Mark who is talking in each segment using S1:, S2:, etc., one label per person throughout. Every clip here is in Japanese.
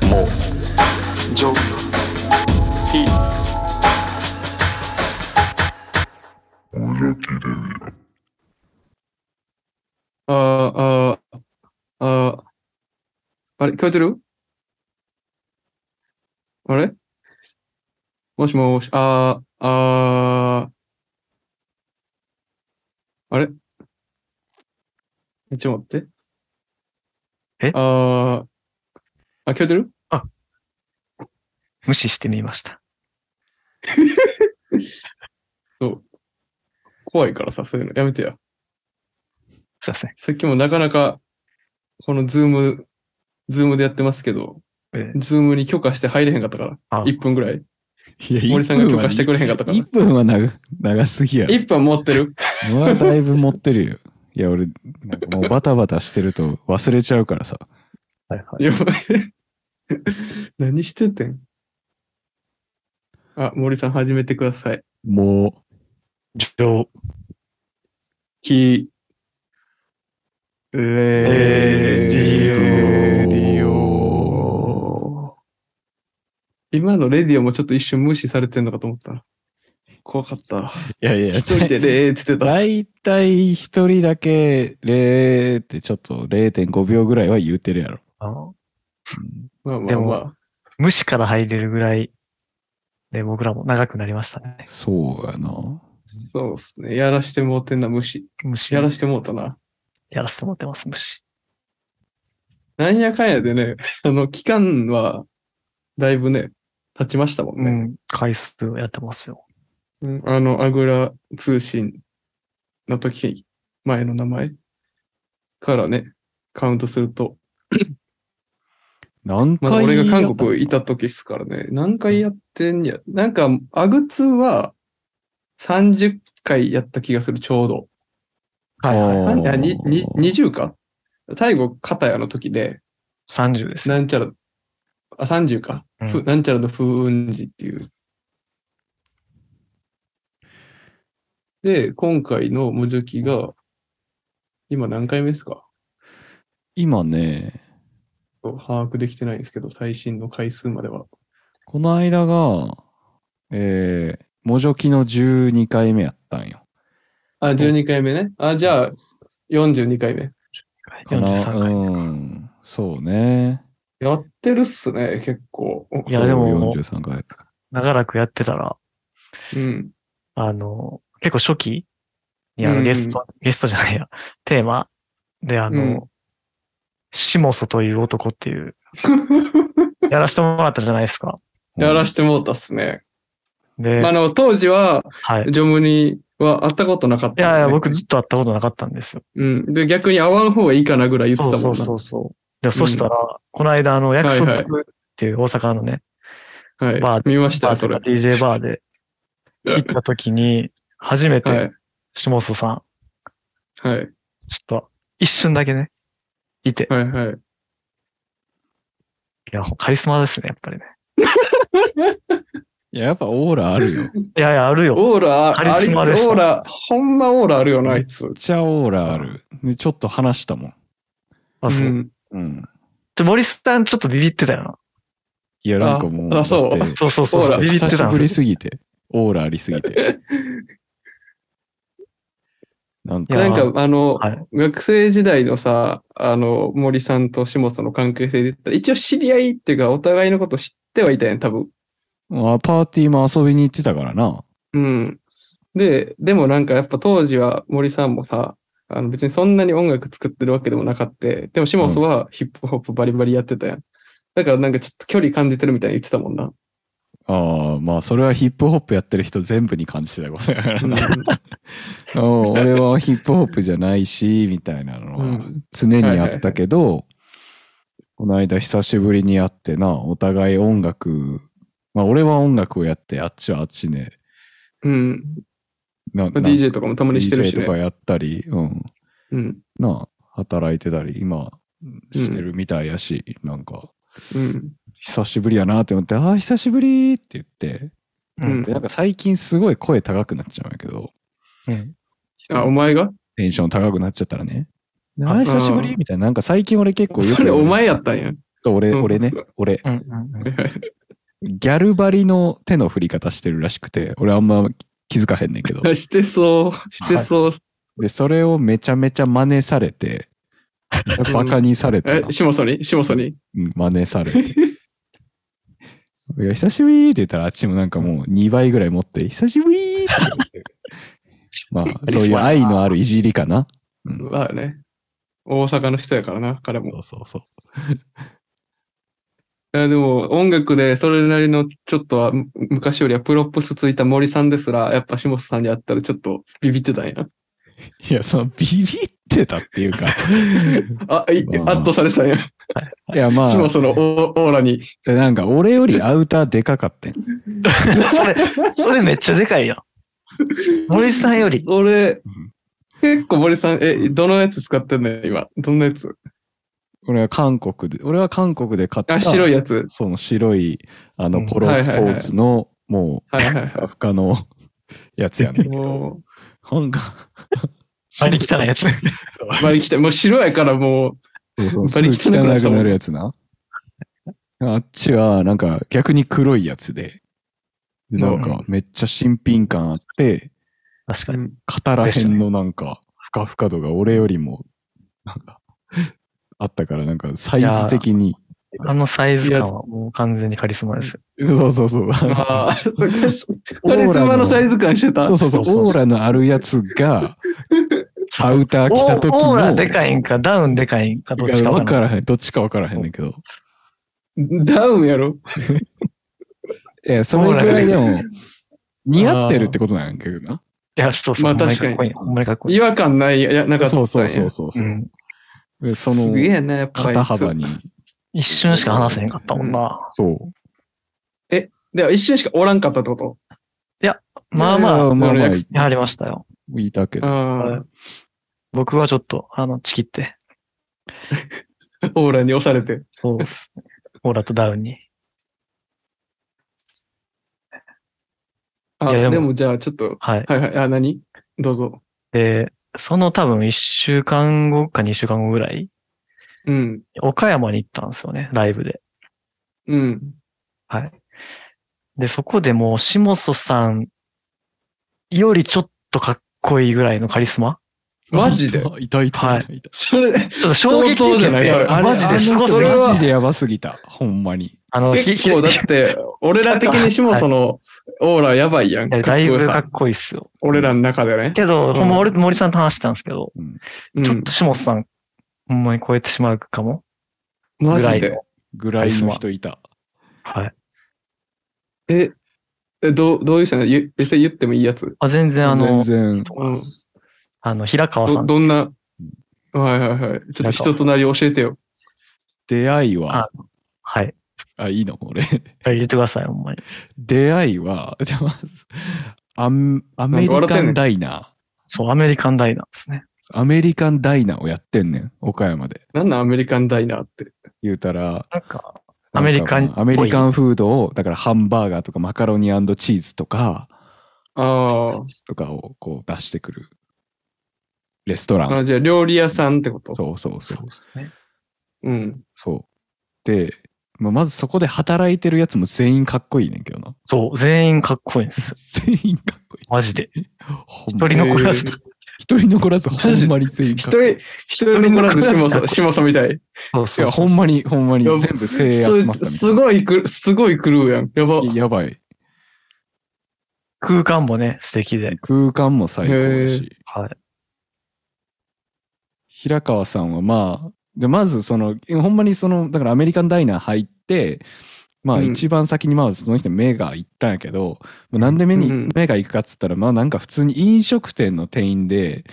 S1: きもじょき
S2: あーあー、あーあれ、聞こえてるあれもしもし、あーあー、あれえちょっと待って。
S3: え
S2: あーあ、聞こえてる
S3: 無視してみました。
S2: そう。怖いからさ、そういうのやめてや。
S3: すいません。
S2: さっきもなかなか、このズーム、ズームでやってますけど、
S3: え
S2: ズームに許可して入れへんかったから、
S3: あ
S2: 1分ぐらい。
S4: いや、
S2: 森さんが許可して
S4: 1
S2: くれへんかったから。
S4: 分は長長すぎやろ。
S2: 1分持って る
S4: うわ、だいぶ持ってるよ。いや、俺、なんかもうバタバタしてると忘れちゃうからさ。
S3: はいはい。
S2: やばい。何しててんあ、森さん始めてください。
S4: も
S3: 上、
S2: き、レ
S3: レ
S4: ディオ
S2: ディオ今のレディオもちょっと一瞬無視されてんのかと思ったな。怖かった。
S4: う、いやいや、
S2: 一人でレーっつってた。
S4: 大体一人だけ0ってちょっと0.5秒ぐらいは言うてるやろ。
S3: あの
S2: まあま
S3: で
S2: あ
S3: も
S2: まあ。
S3: 無視から入れるぐらい、で、僕らも長くなりましたね。
S4: そうやな。
S2: そうっすね。やらしてもうてんな、無視。
S3: 無視。
S2: やらしてもうたな。
S3: やらせてもらってます、無視。
S2: なんやかんやでね、 あの、期間は、だいぶね、経ちましたもん
S3: う
S2: ね。
S3: ん。回数やってますよ。
S2: うんあの、アグラ通信の時、前の名前からね、カウントすると、
S4: 何
S2: まだ
S4: 回
S2: 俺が韓
S4: や
S2: 国
S4: っ
S2: いた時っすからね、何回やってんや。なんか、アグツは30回やった気がする、ちょうど。
S3: はいはい。
S4: おー
S2: 三あにに20か最後、片屋の時で、
S3: 30ですよ。
S2: なんちゃら、あ、30か。ふ
S3: うん
S2: なんちゃらの風雲児っていう。で、今回の無除記が、今何回目ですか
S4: 今ね、
S2: 把握できてないんですけど、最新の回数までは。
S4: この間が、えー、もじょきの12回目やったんよ。
S2: あ、12回目ね。あ、じゃあ、42回目。
S4: かな
S3: 43回。
S4: うん、そうね。
S2: やってるっすね、結構。
S3: いや、でも、
S4: 43回。
S3: 長らくやってたら、
S2: うん。
S3: あの、結構初期にあ
S2: うんう
S3: の
S2: ん
S3: ゲスト、ゲストじゃないや、テーマであの、
S2: うん
S3: シモソという男って いう、やらせてもらったじゃないですか。
S2: やらしてもうたっすね。
S3: で、
S2: あの、当時は、
S3: はい。い
S2: ジョムには会ったことなかった、
S3: やいや、僕ずっと会ったことなかったんですよ。
S2: うん。で、逆に会わん方がいいかなぐらい言ってたもん
S3: そう
S2: な。
S3: そうそうそう。で、そしたら、この間、あの、約束っていう大阪のね、
S2: はい。
S3: まあ
S2: 見ました
S3: バ
S2: よ、
S3: ーと
S2: そ
S3: か
S2: れ。
S3: DJ バーで行った時に、初め
S2: は
S3: て
S2: い。
S3: シモソさん、
S2: はい。
S3: ちょっと、一瞬だけね、いて、
S2: はい。はい。
S3: いや、カリスマですね、やっぱりね。
S4: いや、やっぱオーラあるよ。めっ
S3: いやいや、あるよ。
S2: オーラ、
S3: カリスマ
S2: あい
S3: で
S2: つ
S3: し
S2: オ
S3: た
S2: ーラ、ほんまオーラあるよな、あいつ。
S4: ちゃオーラある。でちょっと話したもん。
S3: あ、そうう。
S2: ん
S4: うん。
S3: で、森さんちょっとビビってたよ
S4: いや、なんかもう、
S2: ああそう
S4: だっ
S3: な。
S4: て
S3: そうそうそう
S2: ほ
S3: そ
S2: ら
S3: う。ビビって
S4: 久した
S3: ん
S4: ぶ
S3: で
S4: り
S3: すよ
S4: すぎて、オーラありすぎて。なんか、
S3: いや
S2: なんか、あの、
S3: はい
S2: 学生時代のさ、あの、森さんと下本さんの関係性で言ったら、一応知り合いっていうか、お互いのこと知ってはいたやん、多分。
S4: まあパーティーも遊びに行ってたからな。
S2: うん。で、でもなんかやっぱ当時は森さんもさ、あの別にそんなに音楽作ってるわけでもなかって、でもシモスはヒップホップバリバリやってたやん。だからなんかちょっと距離感じてるみたいに言ってたもんな。
S4: ああ、まあ、それはヒップホップやってる人全部に感じてたことや からな。うん俺はヒップホップじゃないし、みたいなの
S2: う
S4: は
S2: ん
S4: 常にあったけど、この間久しぶりに会ってな、お互い音楽、まあ俺は音楽をやって、あっちはあっちね、
S2: うん。ま
S4: な
S2: あ
S4: な
S2: DJ とかもたまにしてるし
S4: DJ とか
S2: ね。
S4: やったり、うん、
S2: うん。
S4: なあ、働いてたり、今、してるみたいやし、なんか、
S2: うん。
S4: 久しぶりやなって思って、ああ、久しぶりって言って、
S2: うん
S4: で、なんか最近すごい声高くなっちゃうんやけど、
S3: うん。
S2: あ、お前が
S4: テンション高くなっちゃったらね。あれ久しぶりみたいな。なんか最近俺結構よく
S2: それお前やったんや。
S4: そう俺、
S2: うん
S4: 俺ね、俺、
S3: うんうんうん
S4: ギャル張りの手の振り方してるらしくて、俺あんま気づかへんねん けど。
S2: してそう、してそう。
S4: で、それをめちゃめちゃ真似されて、バカにされたな
S2: え、下ソに下ソに
S4: うん真似されて。いや、久しぶりって言ったら、あっちもなんかもう2倍ぐらい持って、久しぶりって 言って。まあ、そういう愛のあるいじりかな。うん
S2: まあね。大阪の人やからな、彼も。
S4: そうそうそう。
S2: いやでも音楽でそれなりのちょっとはむ昔よりはプロップスついた森さんですらやっぱ下さんに会ったらちょっとビビって たんや。
S4: いや、そのビビってたっていうか、
S2: あ、い
S4: まあ
S2: 圧倒されてたんや。
S4: いや、ま
S2: 下
S4: あ、
S2: そのオーオーラに。
S4: なんか俺よりアウターでかかってん。
S3: それ、それめっちゃでかいよ。森さんより。
S2: それ、結構森さん、え、どのやつ使ってんのよ今。どんなやつ
S4: 俺は韓国で、俺は韓国で買った、
S2: あ、白いやつ。
S4: その白い、あ
S3: う
S4: の、
S3: ん
S4: ポロスポーツの、も、
S2: はいはいうは
S4: ふかの やつやねん
S2: い。
S4: けど。
S2: も
S4: なんか、
S3: ありきたなやつ。
S2: う、バリ汚い。もう白やからも
S4: そうそう、す
S2: バ
S4: ぐ
S2: リ
S4: 汚
S2: 汚くなった
S4: く
S2: もん
S4: なるやつな。あっちは、なんか逆に黒いやつで、でなん
S3: う
S4: かめっちゃ新品感あって、
S3: 確か
S2: う、
S3: に。
S4: 肩らへんのなんか、ふかふか度が俺よりも、なんか、あったから、なんかサイズ的に。
S3: あのサイズ感はもう完全にカリスマですよ。
S4: そうそうそう。
S2: ああ、 カリスマのサイズ感してた。
S4: そうそうそう
S3: そうそうそう
S4: オーラのあるやつが、アウター着た時
S3: オーラ
S4: の、
S3: でかいんか、ダウンでかいんか、どっちかわ
S4: わ
S3: か
S4: かららへん、どっちかわからへんねんけど。
S2: ダウンやろ。
S4: いや、それぐらいでも、似合ってるってことなんやけどな。
S3: い。いや、そうそう。
S2: まあ
S3: ほんに
S2: 確かに
S3: っこいいほんまにかっこいい。
S2: 違和感ない、いや、なかったん
S4: そ
S2: や。
S4: うそうそうそうそうう。
S3: ん
S4: でその
S2: すげえな、やっぱり。
S4: 肩幅に、
S3: 一瞬しか話せへんかったもんな。
S4: そう。
S2: で、一瞬しかおらんかったってこと
S3: まあま
S4: いや
S3: あ、
S4: まあまあ
S2: 俺約、
S3: やりましたよ。
S4: 言いたけど。
S2: あ
S3: 僕はちょっと、あの、チキって。
S2: あ、オーラに押されて。
S3: そうですね。オーラとダウンに。
S2: あ、
S3: いやで
S2: で
S3: も
S2: もじゃあちょっと、
S3: はい。
S2: はいはい、あ、何どうぞ。
S3: で、その多分一週間後か二週間後ぐらい、
S2: うん、
S3: 岡山に行ったんですよね、ライブで。
S2: うん。
S3: で、そこでもう、下曽さんよりちょっとかっこいいぐらいのカリスマ
S2: マジ で
S4: いたいたいたいた。
S2: それ、
S3: ちょっと衝撃
S2: 相当
S3: 的
S2: じゃないそれ
S3: あ
S4: あれ
S3: マジ
S4: あの
S3: で、す
S4: 人
S3: ごす
S2: そ
S3: ぎ
S2: れは
S4: マジでやばすぎた。ほんまに。
S3: あの、ひ
S2: 結
S3: ひ
S2: 構だって、俺ら的にしもその、オーラやばいやん。かっこ
S3: だい
S2: よ
S3: ぶか
S2: さ
S3: っこいいっすよ。
S2: 俺らの中でね。
S3: けど、
S2: ん
S3: ほんま俺、森さんと話してたんですけど、
S2: う
S3: ちょっ
S2: ん
S3: と。下曽さん、ほんまに超えてしまうかも。
S2: マ
S3: ぐら
S2: ジ
S3: い
S2: で
S3: の。。
S4: ぐらいの人いた。
S3: はい。
S2: え、え、どう、どういう人なのゆ実際言ってもいいやつ
S3: あ全然あの
S4: 全、然。
S2: うん
S3: あの、平川さ
S2: ど
S3: ん。
S2: どんな、はいはいはい。ちょっと人となり教えてよ。
S4: 出会いは、
S3: はい。
S4: あ、いいの俺。
S3: 言ってください、ほんまに。
S4: 出会いは、じゃあまずアンアメリカンダイナ
S3: そう、アメリカンダイナーですね。
S4: ー。アメリカンダイナーをやってんねん。岡山で。
S2: なんなんアメリカンダイナーって。
S4: 言うたら、
S3: なんか、アメリカン
S4: なんかまあアメリカンフードを、だからハンバーガーとかマカロニチーズとか、
S2: あ
S4: とかをこう出してくるレストラ
S2: あ。あ
S4: ン。
S2: じゃあ料理屋さんってこと
S4: そうそうそう。
S3: ですね。
S2: うん。
S4: そう。で、まあまずそこで働いてるやつも全員かっこいいねんけどな。
S3: そう、全員かっこいいんですよ。
S4: 全員かっこいい。
S3: マジで。
S4: ほんま
S3: 一人残らず
S2: えー。
S4: 一人残らずほんまに全員か
S2: 一
S4: っこいい。
S2: 人、一人残らず
S3: 一人残
S2: 下さ
S3: らず
S2: ん、 下さんみたい。
S3: そう
S4: い
S3: そうそう
S4: や、ほんまに、ほんまに
S2: いや
S4: 全部精鋭集まっ
S2: す
S4: たみ
S2: すごいく、すごいクルーやん。やば
S4: た。いな。やばい。
S3: 空間もね、素敵で。
S4: 空間も最高だし。
S3: はい。
S4: 平川さんはまあでまずそのほんまにそのだからアメリカンダイナー入ってまあ
S2: うん
S4: 一番先にまあその人目が行ったんやけど、まあなんで目に、
S2: うん
S4: 目が行くかっつったらまあなんか普通に飲食店の店員で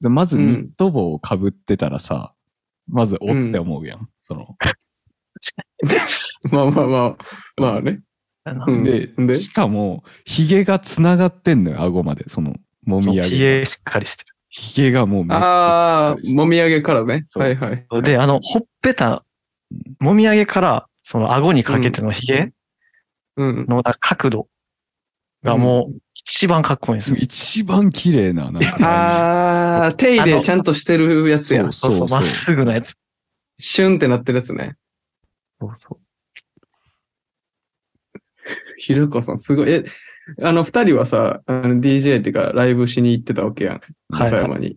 S4: でまずニット帽をかぶってたらさ、まずおって思うやん、その
S2: まあまあまあ、まあね。うん
S4: で,、
S2: で
S4: しかもひげがつながってんのよ顎までそのもみあ
S3: ひ
S4: げ
S3: げしっかりして
S4: ひげがもうめっち
S2: ああ
S4: ゃしっかりし
S2: ー、
S4: て
S2: もみあげからね。
S4: そう
S2: はいはい。
S3: る。で、あの、ほっぺた、もみあげから、その顎にかけてのひげ
S2: うん。
S3: の角度がもう一番かっこいいんですよ。
S4: 一番綺麗な、なんか。
S2: あー、手入れちゃんとしてるやつやん。
S4: そうそう
S3: まっすぐなやつ。
S2: シュンってなってるやつね。
S3: そうそう。
S2: ひるこさん、すごい。え、あの、二人はさ、あの DJ っていうか、ライブしに行ってたわけやん。
S3: はい
S2: 岡山に。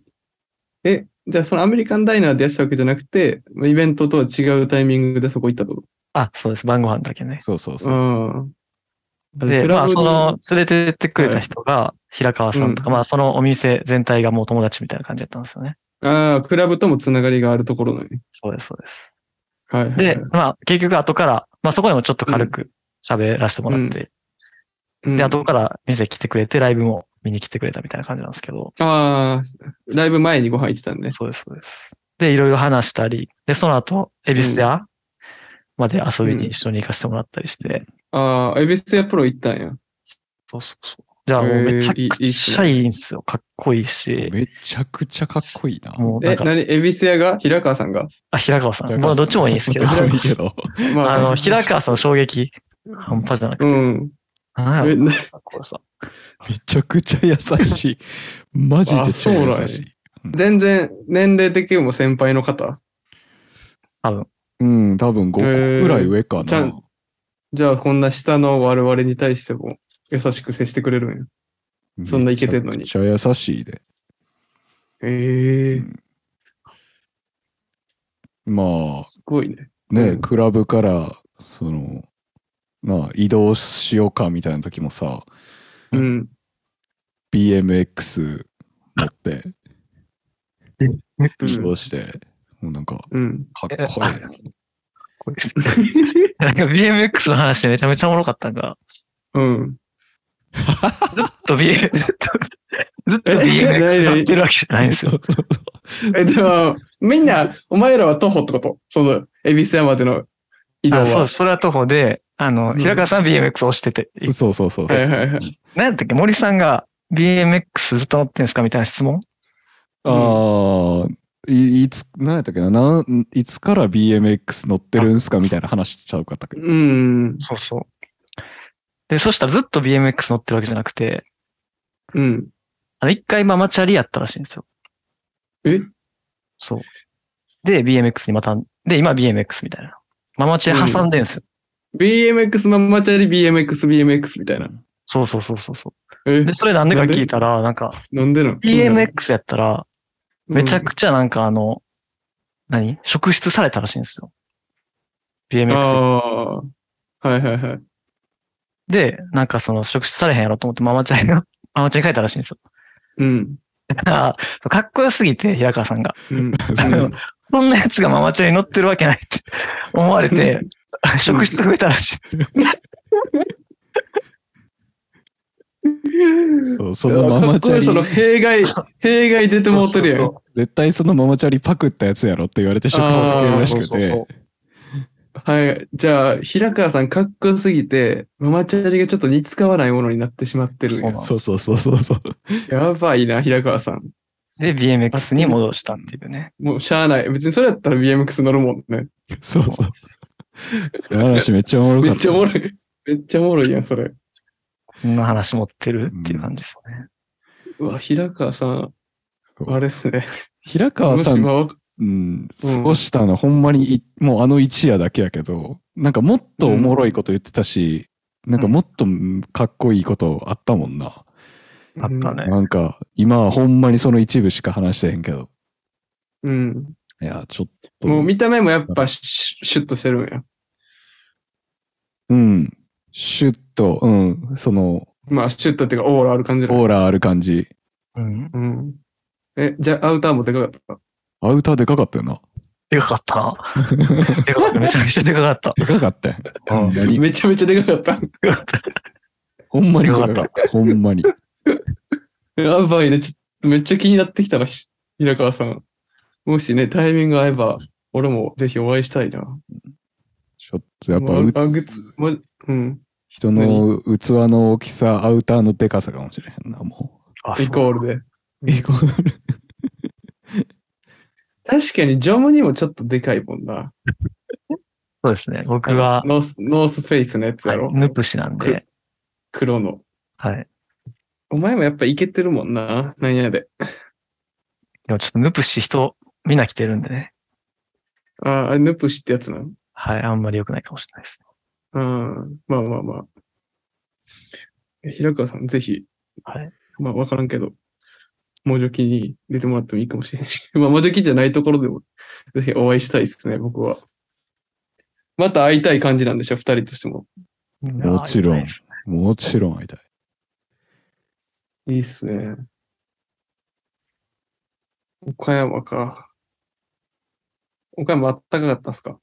S2: え、じゃあそのアメリカンダイナーでやってたわけじゃなくて、イベントとは違うタイミングでそこ行ったってこ
S3: あ、そうです。晩ご飯だけね。
S4: そうそう
S2: と。
S4: そうう。
S2: ん。
S3: で、
S2: クラ
S3: まあ、
S2: ブに
S3: その、連れてってくれた人が、平川さんとか、
S2: うん
S3: まあ、そのお店全体がもう友達みたいな感じだったんですよね。
S2: ああ、クラブともつながりがあるところのね。
S3: そうです、そうです。
S2: はい、はい。
S3: で、、まあ、結局後から、まあ、そこでもちょっと軽く喋らせてもらって、
S2: うん、
S3: で、後から店来てくれて、ライブも見に来てくれたみたいな感じなんですけど、
S2: ああ、ライブ前にご飯行ってたんで。
S3: そうです、そうです。で、いろいろ話したり、で、その後、エビス屋まで遊びに一緒に行かせてもらったりして、
S2: ああ、エビスやプロ行ったんや。
S3: そうそうそう。じゃあ、もうめちゃ
S2: へーいい
S3: く
S2: いいっすね
S3: ちゃいいんですよ。かっこいいし、
S4: めちゃくちゃかっこいいな。
S3: もうな
S2: え、
S3: んか、
S2: 何エビス屋が平川さんが
S3: あ、平川さん。まあ、どっちもいいんですけ ど
S4: どっ。ちもいいけど。
S2: ま
S3: あの、平川さんの衝撃、半端じゃなくて。
S2: うん。
S3: なんや
S2: え
S3: ろ
S2: な
S3: これさ。
S4: めちゃくちゃ優しい。マジで超優
S2: あ
S4: し
S2: そう
S4: い。
S2: 全然、年齢的にも先輩の方
S3: 多分。
S4: うん、多分5個ぐらい上か
S2: ちゃん
S4: な。
S2: じゃあ、こんな下の我々に対しても優しく接してくれるんや。そんないけてんのに
S4: めちゃくちゃ優しいで。
S2: ええ
S4: まあ、
S2: すごいね。
S4: ね、
S2: うん
S4: クラブから、その、なあ移動しようかみたいな時もさ、
S2: うん。
S4: BMX 持って
S2: うん
S4: 移動して、もうなんか、
S2: うん。
S4: かっこ いいな。
S3: これなんか BMX の話でめちゃめちゃおもろかったんが、
S2: うん。
S3: ずっ と BMX、ずっと、ずっと BMX 乗ってるわけじゃないんですよ。
S2: え、でも、みんな、お前らは徒歩ってことその、恵比寿山までの移動
S3: あそう
S2: は
S3: です。。それは徒歩で、あの、
S2: うん
S3: 平川さん BMX 押してて、
S4: そうそうそうそ。
S2: はいうはいはい。
S3: 何やったっけ森さんが BMX ずっと乗ってんすかみたいな質問
S4: ああ、いいつ、何やったっけななん、いつから BMX 乗ってるんすかみたいな話しちゃうかったっけ
S2: うん。
S3: そうそう。で、そしたらずっと BMX 乗ってるわけじゃなくて、
S2: うん。
S3: あの、一回ママチャリやったらしいんですよ。
S2: え
S3: そう。で、BMX にまた、で、今 BMX みたいな。ママチャリ挟んでんすよ。
S2: BMX ママチャリ BMX、BMX みたいな。
S3: そうそうそうそうそ
S2: え
S3: う。で、、それなんでか聞いたら、なんか、
S2: なんでなの
S3: BMX やったら、めちゃ
S2: ち
S3: くちゃなんかあの、何職質されたらしいんですよ。BMX。
S2: ああ。はいはいはい。
S3: で、なんかその、職質されへんやろと思ってママチャリの、 ママチャリ書いたらしいんですよ。
S2: うん。
S3: だからかっこよすぎて、平川さんが。
S2: うん。
S3: あの そんなやつがママチャリ乗ってるわけないって 思われ て、職質増えたらしい。
S4: そうそのママチャ
S2: その
S4: リ、
S2: 弊 害、弊害出てもうてるやん。
S3: そ
S4: 絶対そのママチャリパクったやつやろって言われて職質
S2: あー
S4: つけらし
S3: うそうそうそうそう
S4: くて
S3: そ。
S2: はい。じゃあ、平川さん、かっこよすぎて、ママチャリがちょっと似つかわないものになってしまって
S3: う。
S2: るん
S3: そう
S2: や
S3: なんで
S4: そう
S3: す。
S4: そうそうそうそう。
S2: やばいな、平川さん。
S3: で、BMX に戻したっていうね。
S2: もう、しゃあない。別にそれやったら BMX 乗るもんね。
S4: そうそうそう。話めっちゃおもろ
S2: め
S4: か
S2: っ
S4: っ
S2: ち
S4: た
S2: ゃお。もろい。めっちゃおもろいやん、それ。
S3: こんな話持ってるっていう感じですよね。
S2: うわ、平川さん、あれっすね。
S4: 平川
S2: も
S4: さ
S2: し
S4: ん、
S2: 今わか
S4: うん、過ごしたのほんまにい、もうあの一夜だけやけど、なんかもっとおもろいこと言ってたし、なんかもっとうんかっこいいことあったもんな。
S3: あったね。
S4: なんか今はほんまにその一部しか話してへんけど。
S2: うん。
S4: いや、ちょっと。
S2: もう見た目もやっぱシュシュシュッとしてるんや。
S4: うん。シュッと、うん。その、
S2: まあ、シュッとっていうか、オーラある感じだね
S4: オーラある感じ。
S3: うん。
S2: うん。え、じゃあ、アウターもでかかった
S4: アウターでかかったよな。
S3: でかかったな。 でかかった。めちゃめちゃでかかった。
S4: でかかったよ。ほんまに。
S2: めちゃめちゃでかかっ
S3: でかかった
S4: ほんまにでかかった。ほんまに。
S2: た。やばいね。ちょっとめっちゃ気になってきたな、ひ平川さん。もしね、タイミング合えば、俺もぜひお会いしたいな。
S4: ちょっとやっぱ
S2: もう
S4: う
S2: あ
S4: つ、
S2: つもううん。
S4: 人の器の大きさ、アウターのでかさかもしれへんな、も
S3: あ
S2: イコールで。
S4: う。え、これ
S2: 確かに、ジョムにもちょっとでかいもんな。
S3: そうですね。僕は、
S2: ノース、ノースフェイスのやつやろ、
S3: ヌプシなんで、
S2: 黒の。
S3: はい。
S2: お前もやっぱいけてるもんな。なんやで。
S3: でもちょっとヌプシ人、みんな来てるんでね。
S2: ああ、あれ、ヌプシってやつなの
S3: はい。あんまり良くないかもしれないです。
S2: うん。まあまあまあ。え平川さん、ぜひ、
S3: はい。
S2: まあわからんけど、モジョキに出てもらってもいいかもしれないし、まあモジョキじゃないところでも、ぜひお会いしたいですね、僕は。また会いたい感じなんでしょ、二人としても。
S4: もちろん
S3: いやー
S4: もちろん会いたい。
S2: いいっすね。岡山か。岡山あったかかったっすか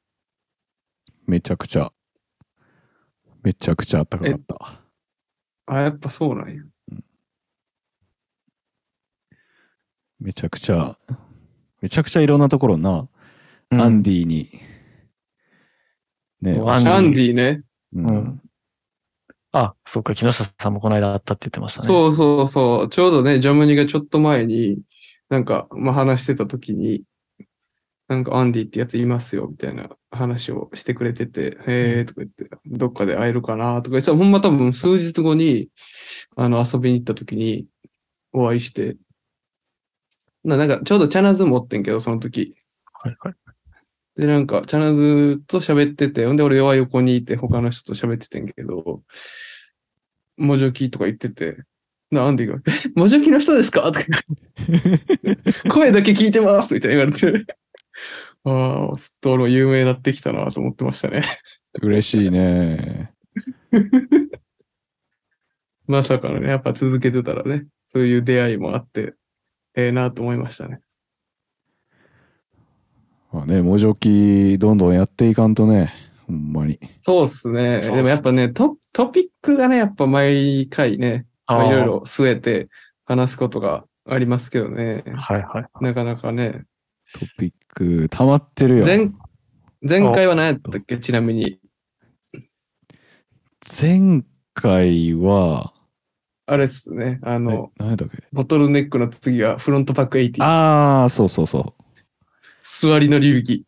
S4: めちゃくちゃ、めちゃくちゃあったかかった。
S2: あ、やっぱそうなんや。
S4: めちゃくちゃ、めちゃくちゃいろんなところな、アンディに、ね、
S3: もうアンディ
S2: アンディね。
S4: うん
S3: うん。あ、そっか、木下さんもこの間あったって言ってましたね。う。
S2: そうそうそう。ちょうどね、ジャムニがちょっと前に、なんか、まあ、話してた時に、なんかアンディってやついますよ、みたいな話をしてくれてて、へーとか言って、どっかで会えるかなとか言ってたら、ほんま多分数日後に、あの、遊びに行った時にお会いして、ななんか、ちょうどチャナズ持ってんけど、その時。
S3: はいはい、
S2: で、なんか、チャナズと喋ってて、ほんで、俺は横にいて、他の人と喋っててんけど、モジョキとか言ってて、な、アンディが、えモジョキの人ですかとか言って、声だけ聞いてますみたいな言われて、ああ、ちょっと俺も有名になってきたなと思ってましたね。
S4: 嬉しいね。
S2: まさかのね、やっぱ続けてたらね、そういう出会いもあって、ええなと思いましたね。
S4: まあね、もじょき、どんどんやっていかんとね、ほんまに。
S2: そうっすね。
S3: そう
S2: で
S3: っす
S2: もやっぱねト、トピックがね、やっぱ毎回ね、まあいろいろ据えて話すことがありますけどね。
S3: あー。はいはい。
S2: なかなかね。
S4: トピック、溜まってるよ。
S2: 前、前回は何やったっけちなみに。
S4: 前回は、
S2: あれっすね。あ
S4: え
S2: の、
S4: 何やったっけ
S2: ボトルネックの次がフロントパック80。
S4: ああ、そうそうそう。
S2: 座りの流儀。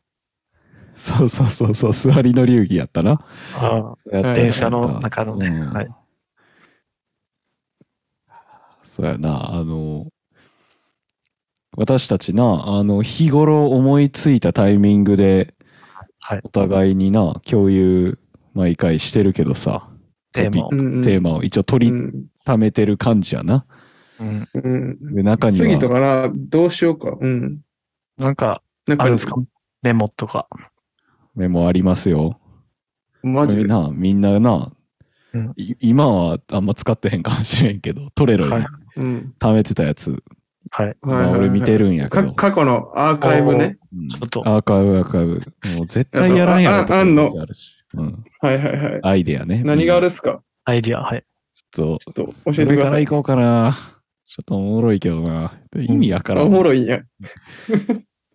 S4: そうそうそうそう、座りの流儀やったな。
S3: あ
S4: やった
S2: はい
S3: 電車の中のね
S4: うん
S3: はい
S4: そうやな、あの、私たちな、あの、日頃思いついたタイミングで、
S3: はい
S4: お互いにな、共有、毎回してるけどさ、
S3: テーマを
S2: う。んうん
S4: テーマを一応
S2: う
S4: 取り
S2: ん
S4: ためてる感じやな。
S3: うん
S2: うん。
S4: で、中に
S2: 次と
S4: は、
S2: かな、どうしようか。うん。
S3: なんか、
S2: なん
S3: あるんですかメモとか。
S4: メモありますよ。
S2: マジ
S4: こ
S2: で
S4: れ。な、みんなな、
S3: うん
S4: い今はあんま使ってへんかもしれんけど、取れろよ、
S3: はい
S2: うん。
S4: 貯めてたやつ、
S3: は
S2: はい
S3: い。
S2: はい
S4: まあ
S2: はい
S4: 俺見てるんやけ
S2: か
S4: ど。
S2: 過去のアーカイブね。
S4: うん
S3: ちょっと
S4: アーカイブ、アーカイブ。もう絶対やらんやろとか
S2: ああんの
S4: やつあるしうん。
S2: はいはいはい。
S4: アイデアね。
S2: 何があ
S4: る
S2: るっすか
S3: アイディア、はい。
S4: ちょっ
S2: ちょっと教
S4: と、
S2: えてく
S4: 上か
S2: だ
S4: ら
S2: さい
S4: 行。こうかな。ちょっとおもろいけどな。意味わから
S2: お
S4: ん。
S2: もろいんや。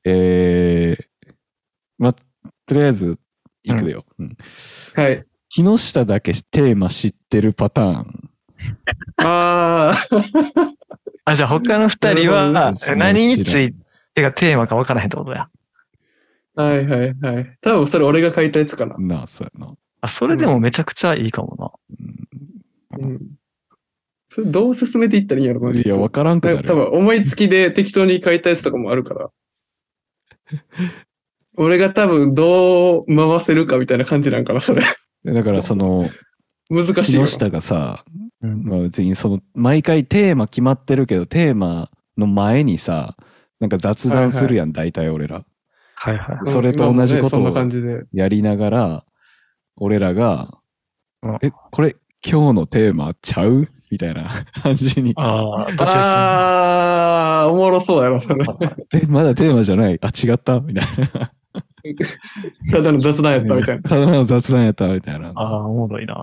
S4: えー、ま、とりあえず、行くよ、うん
S2: はい。
S4: 木下だけテーマ知ってるパターン。
S2: ああ、
S3: あ、じゃあ他の二人
S2: な
S3: は
S4: るほどね
S3: 何についてがテーマか分からへんってことや。
S2: はいはいはい。多分それ俺が書いたやつかな。
S4: なあ、そうやな。
S3: あ、それでもめちゃくちゃいいかも
S2: うん。それどう進めていったらいいんやろ
S4: うん、いや、わからんく
S2: な
S4: な
S2: 多
S4: るよ。
S2: 分思いつきで適当に書いたやつとかもある から。俺が多分どう回せるかみたいな感じなんかな、それ。
S4: だから、その、
S2: 難しいよ
S4: 木
S2: な。
S4: 下がさ、
S3: な。うん。
S4: まあ、別にその毎回テーマ決まってるけどテーマの前にさなんか雑談するやん、大体俺ら
S3: はいはい。
S2: うん
S4: それと同じことを
S2: 今もねそんな感じで。
S4: やりながら俺らが
S3: うん
S4: 「えこれ今日のテーマちゃう?」みたいな感じに
S3: ああ、どっちです
S2: あー、おもろそうやろ、 それ。
S4: 「えまだテーマじゃないあ違った?」みたいな
S2: ただの雑談やったみたいな。
S4: ただの雑談やったみたいな
S3: ああ、おもろいな。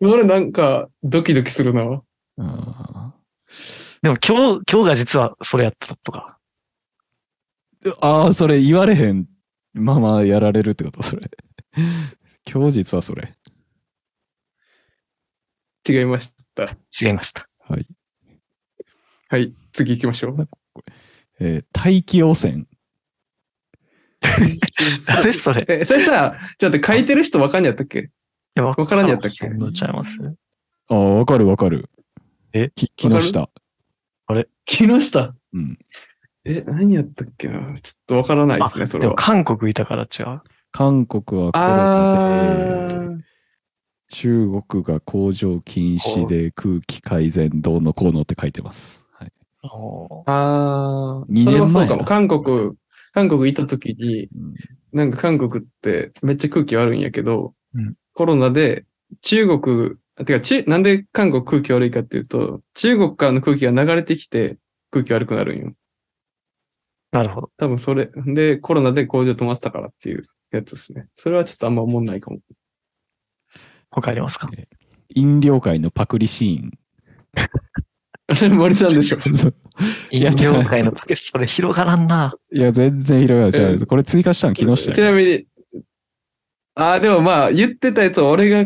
S2: 俺なんかドキドキするな。
S4: あ
S3: でも今日、今日が実はそれやったとか。
S4: あーそれ言われへんままやられるってことそれ今日実はそれ
S2: 違いました。
S3: 違いました。
S4: はい、
S2: はい、次行きましょ う。
S4: えー大気汚染
S3: 誰 それ
S2: え、それさ、ちょっと書いてる人わかんやったっけ
S3: いや、わ
S2: からんやったっけ
S3: どっちゃいます
S4: ああわかるわかる
S3: え
S4: き木下。
S2: 木下
S4: うん。
S2: え、何やったっけなちょっとわからないですね、それ
S3: でも
S2: は。
S3: 韓国いたから違う。
S4: 韓国はコロナで、
S2: あ
S4: 中国が工場禁止で空気改善どうのこうのって書いてます。はい、
S3: お
S2: あ。ああ。
S4: 二
S2: それは
S4: 年
S2: そう
S4: 前
S2: かも。韓国、韓国行った時に、
S4: うん
S2: なんか韓国ってめっちゃ空気悪いんやけど、
S3: うん
S2: コロナで中国、てか中、なんで韓国空気悪いかっていうと、中国からの空気が流れてきて空気悪くなるんよ。
S3: ーなるほど。
S2: 多分それ。で、コロナで工場止まってたからっていうやつですね。それはちょっとあんま思んないかも。
S3: 他ありますか
S4: 飲料界のパクリシ
S2: それ森さんでしょ。
S4: ーン。 そういや
S3: 飲料界のパケそれ広がらんな。
S4: いや、全然広がる。違うこれ追加したの木下
S2: ち
S4: や。
S2: なみに、ああ、でもまあ、言ってたやつを俺が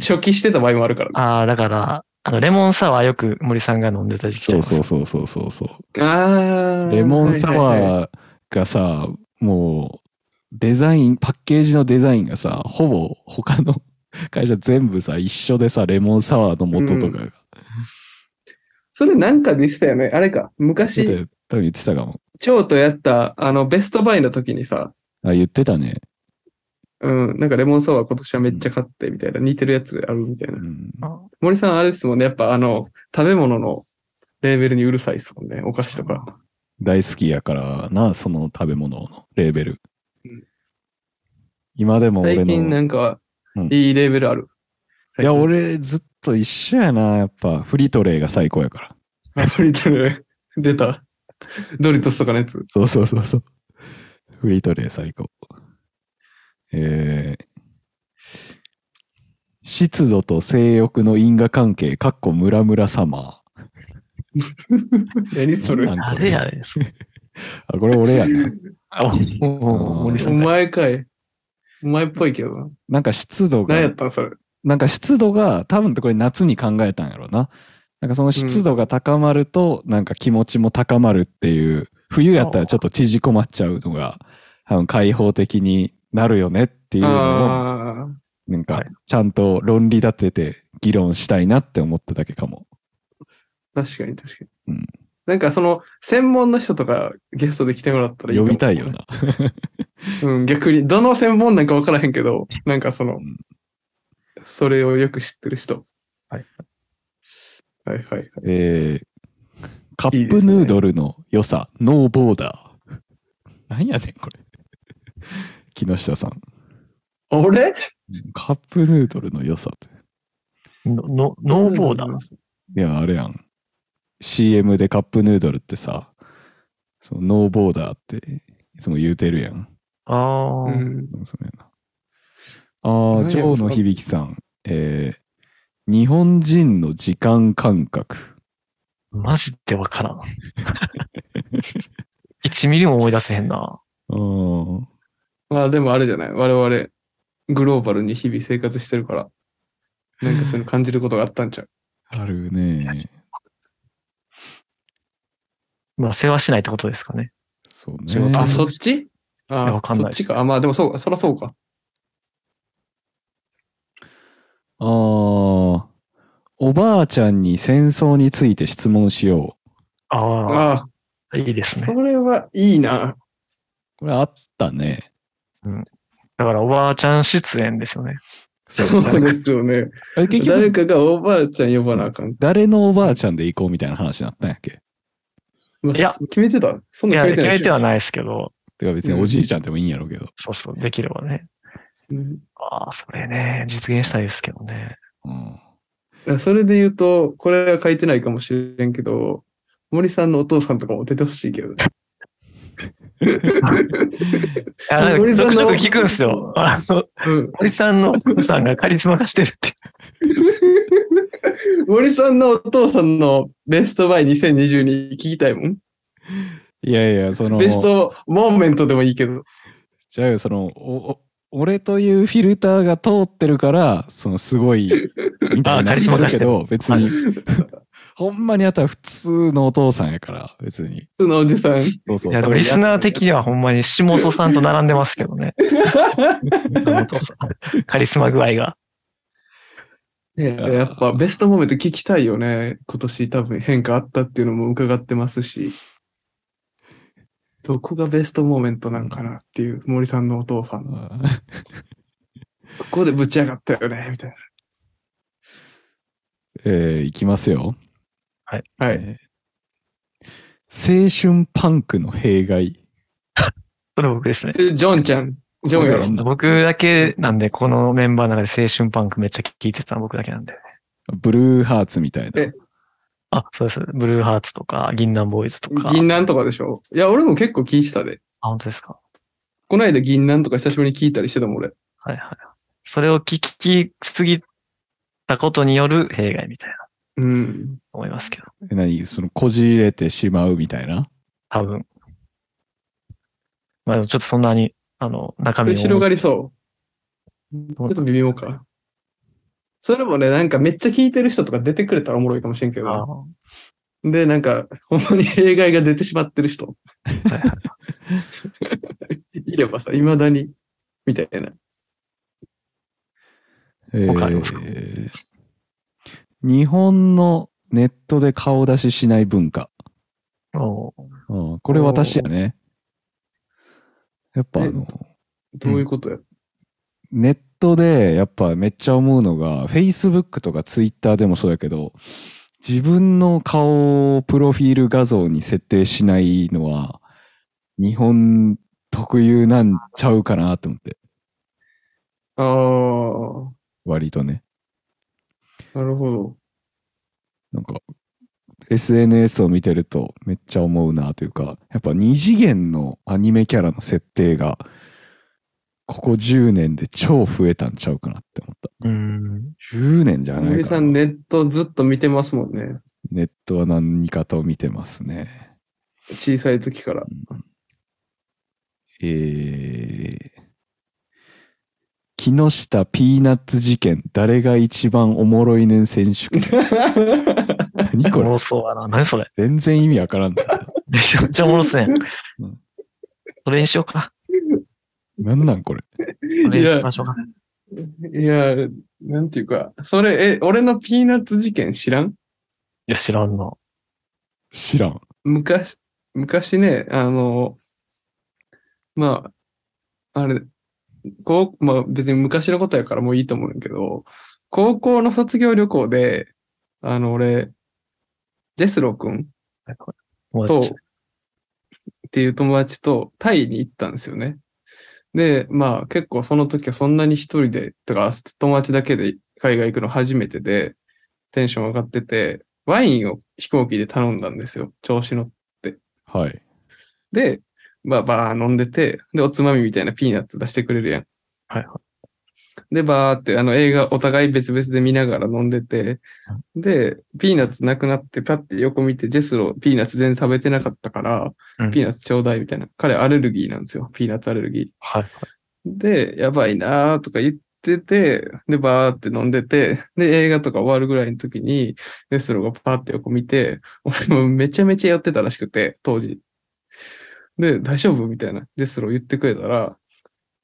S2: 初期してた場合もあるから。
S3: ああ、だから、あの、レモンサワーよく森さんが飲んでた時期ちゃい
S4: そ
S3: うます
S4: そうそうそうそうそう。
S2: ああ。
S4: レモンサ
S2: はいはいはい
S4: ワーがさ、もうデザイン、パッケージのデザインがさ、ほぼ他の 会社全部さ、一緒でさ、レモンサワーの元とかが、
S2: それなんかでしたよね。あれか。
S4: ちょっと
S2: 昔、
S4: 多分言ってたかも。
S2: 蝶とやった、あの、ベストバイの時にさ、
S4: あ、言ってたね。
S2: うん、なんかレモンサワー今年はめっちゃ買ってみたいな、似てるやつあるみたいうな。
S4: ん、
S2: 森さんあれですもんね。やっぱあの、食べ物のレーベルにうるさいですもんね。お菓子とか。
S4: 大好きやからな、その食べ物のレーベル
S2: うん。
S4: 今でも俺
S2: 最近な
S4: の。
S2: んか
S4: うん、
S2: いいレーベルある。
S4: いや、
S2: 最近。
S4: 俺ずっと一緒やな、やっぱ。フリトレーが最高やから。
S2: フリトル、出た。ドリトスとかのやつ。
S4: そうそうそうそう。フリートレー最高。えー湿度と性欲の因果関係、かっこムラムラサマ
S2: 何それ
S4: なん。か
S3: あれや ね。
S4: ー。あ、これ俺やな。
S3: あ、おお森さ
S2: お
S3: んだ。
S2: 前かい。お前っぽいけどな。
S4: なんか湿度
S2: 何や
S4: が
S2: っ、たんそれ。
S4: なんか湿度が、多分これ夏に考えたんやろうな。なんかその湿度が高まると、なんか気持ちも高まるっていう、冬やったらちょっと縮こまっちゃうのが、多分開放的になるよねっていうのを、
S2: ああ。
S4: なん
S3: は
S4: か
S3: い、
S4: ちゃんと論理立てて議論したいなって思っただけかも。
S2: 確かに確かに。
S4: うん
S2: なんかその、専門の人とかゲストで来てもらったらいいか
S4: 呼
S2: も
S4: びたい よ。な。
S2: うん、逆に、どの専門なんか分からへんけど、なんかその、
S4: ん
S2: それをよく知ってる人。
S3: はい。
S2: はいはいはい。
S4: えー、カップヌードルの良さ、ノーボーダー。なんやねん、これ。木下さん。
S2: 俺
S4: カップヌードルの良さって。
S3: ののノーボーダー。
S4: いや、あれやん。CM でカップヌードルってさ、そのノーボーダーっていつも言うてるやん。
S3: ああ、
S2: うん。
S4: そうやな。ああ、
S2: 何
S4: ジ
S2: や
S4: ョーの響さん。えー、日本人の時間感覚。
S3: マジでわからん。1ミリも思い出せへんな。
S4: うん。
S2: まあでもあれじゃない。我々、グローバルに日々生活してるから、なんかそういうの感じることがあったんちゃう。
S4: あるね。
S3: まあ、世話しないってことですかね。
S4: そう
S3: 仕事
S4: ね。
S2: あ、そっちあ
S3: やわかんないっ
S2: そっ
S3: す
S2: ちか。あ、まあでもそうか。そらそうか。
S4: あーおばあちゃんに戦争について質問しよう。
S3: あ
S2: あ
S3: あ、いいです
S2: そ
S3: ね。
S2: れはいいな。
S4: これあったね。
S3: だから、おばあちゃん出演ですよね。
S4: そ
S2: そうですよね。
S4: あれ結
S2: 誰
S4: 局、
S2: かがおばあちゃん呼ばなあかん。
S4: 誰のおばあちゃんで行こうみたいな話になったんやっけ
S2: まあ
S3: いや、
S2: 決めてた。そん
S3: い
S2: な
S3: や、
S2: ん決
S3: 決
S2: め
S3: め
S2: て
S3: て
S2: ない
S3: はないですけど、
S4: てか別におじいちゃんでもいいんやろうけど。
S3: そうそう、できればね。
S2: でしょうん
S3: ああ、それね、実現したいですけどね。
S4: うん。
S2: いやそれで言うと、これは書いてないかもしれんけど、森さんのお父さんとかも出てほしいけど。
S3: いや、なんか
S2: 森
S3: ち
S2: さん
S3: ょ
S2: の
S3: くちょく聞くん すよ。あの、
S2: うん、
S3: 森さんの奥さんがカリスマ化してるって。
S2: 森さんのお父さんのベストバイ2022聞きたいもん。
S4: いやいや、その、
S2: ベストモーメントでもいいけど。
S4: じゃあそのおお俺というフィルターが通ってるからそのすごいみ
S3: あ
S4: たい
S3: カ
S4: にな
S3: リ
S4: っ
S3: ス
S4: て
S3: マ
S4: る
S3: 化し
S4: け
S3: てる
S4: ど別に ほんまにあったら普通のお父さんやから別に
S2: そのおじさん。
S4: そうそう
S3: いや、でもリスナー的にはほんまに下祖さんと並んでます けどね。あのお父さんカリスマ具合が。
S2: ねえやっぱベストモーメント聞きたいよね。今年多分変化あったっていうのも伺ってますし。どこがベストモーメントなんかなっていう森さんのお父さんの。
S4: あー
S2: ここでぶち上がったよね、みたい
S4: えー、いきますよ。
S2: な。はい。
S4: えー青春パンクの弊害。
S3: それ僕ですね。
S2: ジョンちゃん。ジョンやろ。
S3: 僕だけなんで、このメンバーの中で青春パンクめっちゃ聞いてたの僕だけなんで。
S4: ブルーハーツみたいな。
S2: え
S3: あ、そうです。ブルーハーツとか、銀杏ボーイズとか。
S2: 銀杏とかでしょいや、俺も結構聞いてたで。
S3: あ、本当ですか。
S2: この間銀杏とか久しぶりに聞いたりしてたもん俺。
S3: はいはい。それを聞きすぎたことによる弊害みたい
S2: う
S3: な
S2: ん。
S3: 思いますけど。
S4: え何そのこじれてしまうみたいな。
S3: 多分。まあでもちょっとそんなに、あの、中
S2: そ
S3: 身
S2: れ
S3: を。
S2: 広がりそう。ち
S3: どう
S2: ょっと微妙か。それもね、なんかめっちゃ聞いてる人とか出てくれたらおもろいかもしれんけ
S3: あ
S2: ど。
S3: ー
S2: で、なんか、ほんまに弊害が出てしまってる人。 いればさ、未だに、みたいな。
S4: えー
S3: 他ありますか
S4: 日本のネットで顔出ししない文化。
S3: おー
S4: うんこれ私やね。やっぱあの、
S2: どういうことや。
S4: ネットでやっぱめっちゃ思うのが、Facebook とか Twitter でもそうやけど、自分の顔をプロフィール画像に設定しないのは、日本特有なんちゃうかなと思って、
S2: ああ
S4: 割とね。
S2: ー、なるほど。
S4: なんか、SNS を見てるとめっちゃ思うなというか、やっぱ二次元のアニメキャラの設定が、ここ10年で超増えたんちゃうかなって思った。
S3: うーん。
S4: 10年じゃな
S2: 森
S4: い
S2: さ
S4: か
S2: ん、
S4: な。
S2: ネットずっと見てますもんね。
S4: ネットは何かと見てますね。
S2: 小さい時から。
S4: えー、木下ピーナッツ事件、誰が一番おもろいねん選 手権。何これ
S3: 妄想やな。何それ。
S4: 全然意味わからんな。
S3: めちゃめちゃおもろっすね
S4: うん。
S3: それにしようか。
S4: なんなんこれ。
S3: それ
S2: い
S3: に
S2: や
S3: しましょうか。
S2: いや、なんていうか、それ、え、俺のピーナッツ事件知らん
S3: いや、知らんな。
S4: 知らん。
S2: 昔、昔ね、あの、まあ、あれ、こう、まあ別に昔のことやからもういいと思うんだけど、高校の卒業旅行で、あの、俺、ジェスロ君
S3: 友
S2: と、っ
S3: 達
S2: ていう友達とタイに行ったんですよね。で、まあ結構その時はそんなに一人で、とか友達だけで海外行くの初めてで、テンション上がってて、ワインを飛行機で頼んだんですよ。調子乗って。
S4: はい。
S2: で、まあバー飲んでて、で、おつまみみたいなピーナッツ出してくれるやん。
S3: はいは
S2: で、バーって、あの映画お互い別々で見ながら飲んでて、で、ピーナッツなくなって、パッて横見て、ジェスローピーナッツ全然食べてなかったから、
S3: うん
S2: ピーナッツちょうだいみたいな。彼アレルギーなんですよ。ピーナッツアレルギー。
S3: はい。
S2: で、やばいなーとか言ってて、で、バーって飲んでて、で、映画とか終わるぐらいの時に、レスローがパーって横見て、俺もめちゃめちゃやってたらしくて、当時。で、大丈夫みたいな、レスロー言ってくれたら、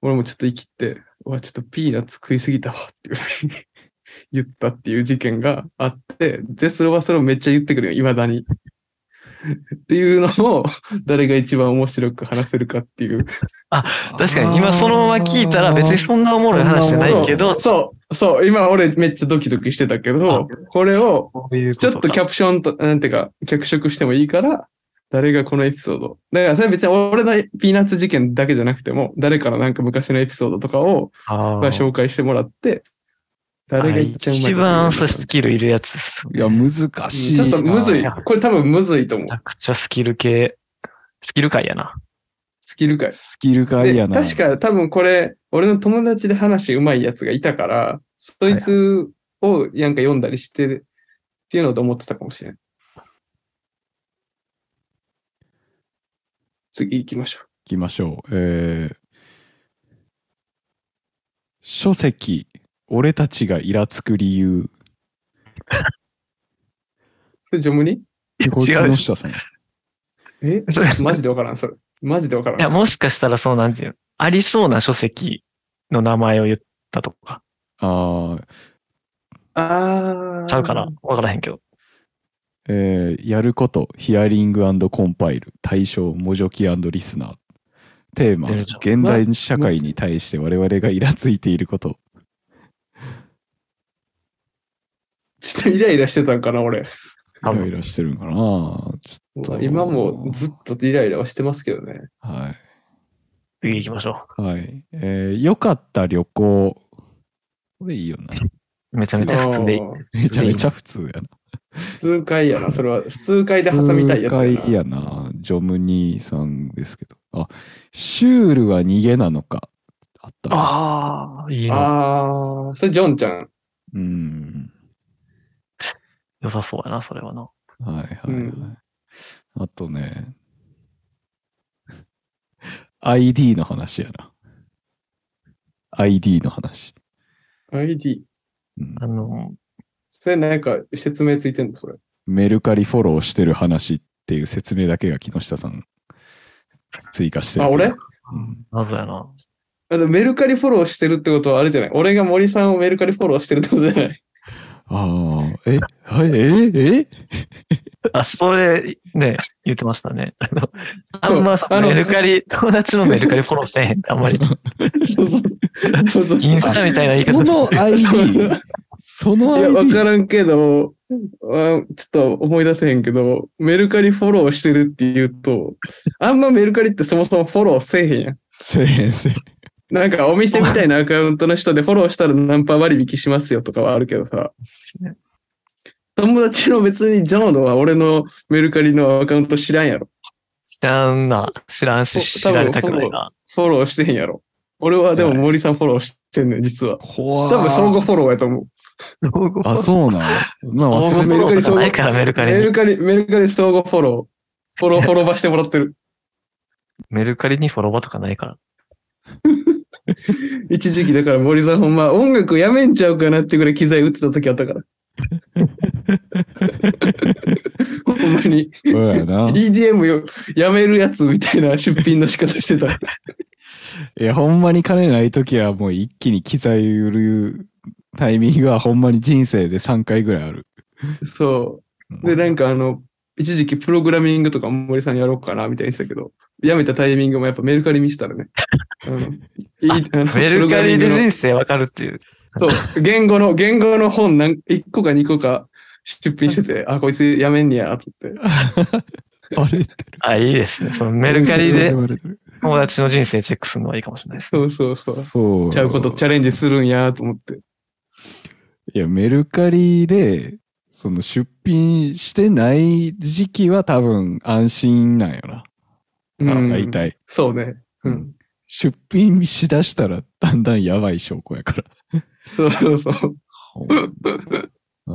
S2: 俺もちょっと生きって、うわ、ちょっとピーナッツ食いすぎたわっていうふうに 言ったっていう事件があって、ジェスローはそれをめっちゃ言ってくるよ、未だに。っていうのを、誰が一番面白く話せるかっていう
S3: 確かに、今そのまま聞いたら別にそんなおもろい話じゃないけど、
S2: そう、そう、今俺めっちゃドキドキしてたけど、これを
S3: そういうこ
S2: ちょ
S3: と
S2: っとキャプションと、なんていうか、脚色してもいいから、誰がこのエピソード。だからそれ別に俺のピーナッツ事件だけじゃなくても、誰からなんか昔のエピソードとかを、
S3: あ
S2: が
S3: ー
S2: 紹介してもらって、誰が一番うまい
S3: 一
S2: か
S3: 番そうスキルいるやつです。
S4: いや、難しい
S2: ち
S4: な。
S2: ょっとむずい。これ多分むずいと思う
S3: めち。ゃくちゃスキル系、スキル界やな。
S2: スキル界。
S4: スキルがいや
S2: で
S4: な。
S2: 確か多分これ、俺の友達で話うまいやつがいたから、そいつをなんか読んだりして、っていうのと思ってたかもしれん。次行きましょう。
S4: 行きましょう。えー書籍、俺たちがイラつく理由。
S2: それジョムニ
S3: いや
S4: これ
S3: 違うで
S4: 木
S3: しょ
S4: 下さんや。
S2: え マジでわからん、それ。マジでわか
S3: いや、
S2: らん。
S3: もしかしたらそうなんていうのありそうな書籍の名前を言ったとか。
S4: あー
S2: ああ。
S3: ちゃうかなわからへんけど。
S4: えーやること、ヒアリングコンパイル、対象、模助記リスナー。テーマ、
S3: 出るじゃ
S4: 現代社会に対して我々がイラついていること。
S2: ちょっとイライラしてたんかな、俺。
S4: イ
S3: 多
S4: ラ
S3: 分
S4: イラしてるんかなちょっと。
S2: 今もずっとイライラはしてますけどね。
S4: はい。
S3: 次行きましょ
S4: はい。えー、良かった旅行。これいいよな。
S3: う。めちゃめちゃ普通でいい。
S2: あー
S4: めちゃめちゃ普通やな。
S2: 普通会やな、それは。普通会で挟みたいやつやな。
S4: 痛快やな。ジョムニーさんですけど。あ、シュールは逃げなのか。あったな。
S3: ああ、いいな。
S2: ああ、それジョンちゃん。
S4: うん。
S3: 良さそうやな、それはな。
S4: はいはいはい。
S2: うん
S4: あとね、ID の話やな。ID の話。
S2: ID。
S4: うん
S3: あの、
S2: それなんか説明ついてんのそれ。
S4: メルカリフォローしてる話っていう説明だけが木下さん追加してる。
S2: あ、俺
S4: うん
S3: 謎やな。
S2: あのメルカリフォローしてるってことはあれじゃない俺が森さんをメルカリフォローしてるってことじゃ ない
S4: ああ、え、はい、え、え
S3: あ、それ、ね、言ってましたね。あの、あんまさ
S2: あの
S3: メルカリ、友達のメルカリフォローせえへんってあんまり。
S2: そうそうそうそう。
S3: インスタみたいな言い方
S4: その ID
S2: い、
S4: その
S2: や、わ
S4: ID
S2: か。らんけど、あちょっと思い出せへんけど、メルカリフォローしてるって言うと、あんまメルカリってそもそもフォローせえへんやん。
S4: せえへんせえへん
S2: なんかお店みたいなアカウントの人でフォローしたら何パー割引しますよとかはあるけどさ
S3: ね。
S2: 友達の別にジョーのは俺のメルカリのアカウント知らんやろ。
S3: 知らんな。知らんし、知
S2: 多分
S3: られたくないな。
S2: フォローしてへんやろ。俺はでも森さんフォローしてんねん、実は。
S4: 怖
S2: 多分相互フォローやと思う。
S4: あ、そうなん。まあ、
S3: 相
S4: 忘
S3: 互
S4: れ
S3: フ
S2: メル
S3: ォロ
S2: カ
S3: ー
S2: リ
S3: じゃないから、メルカ
S2: メ
S3: リに。
S2: ルカリ、メルカリ相互フォロー。 フォロー、フォローばしてもらってる。
S3: メルカリにフォロワーとかないから。
S2: 一時期だから森さんほんま音楽やめんちゃうかなってぐらい機材打ってた時あった から。ほんまに
S4: そうやな。
S2: EDM よやめるやつみたいな出品の仕方して た。
S4: いや、ほんまに金ないときは、もう一気に機材売るタイミングは、ほんまに人生で3回ぐらいある。
S2: そう。で、なんかあの、一時期プログラミングとか森さんやろうかなみたいにしたけど、やめたタイミングもやっぱメルカリ見せたら ね。あのいいあの
S3: メ
S2: プ
S3: ルカリで
S2: ログラミングの
S3: 人生わかるっていう。
S2: そう、言語の、言語の本なん、1個か2個か出品してて、あ、こいつやめんねや、と思って。
S4: あれ
S3: あ、いいですね。そのメルカリで
S4: そ
S3: 友達の人生チェックするのはいいかもしれないです。
S2: そうそうそう。
S4: う。
S2: ちゃうことチャレンジするんや、と思って。
S4: いや、メルカリで、その出品してない時期は多分安心なんよな。
S2: うん
S4: 大体。
S2: そうね。うん。
S4: 出品しだしたらだんだんやばい証拠やから。
S2: そうそうそう。
S4: あ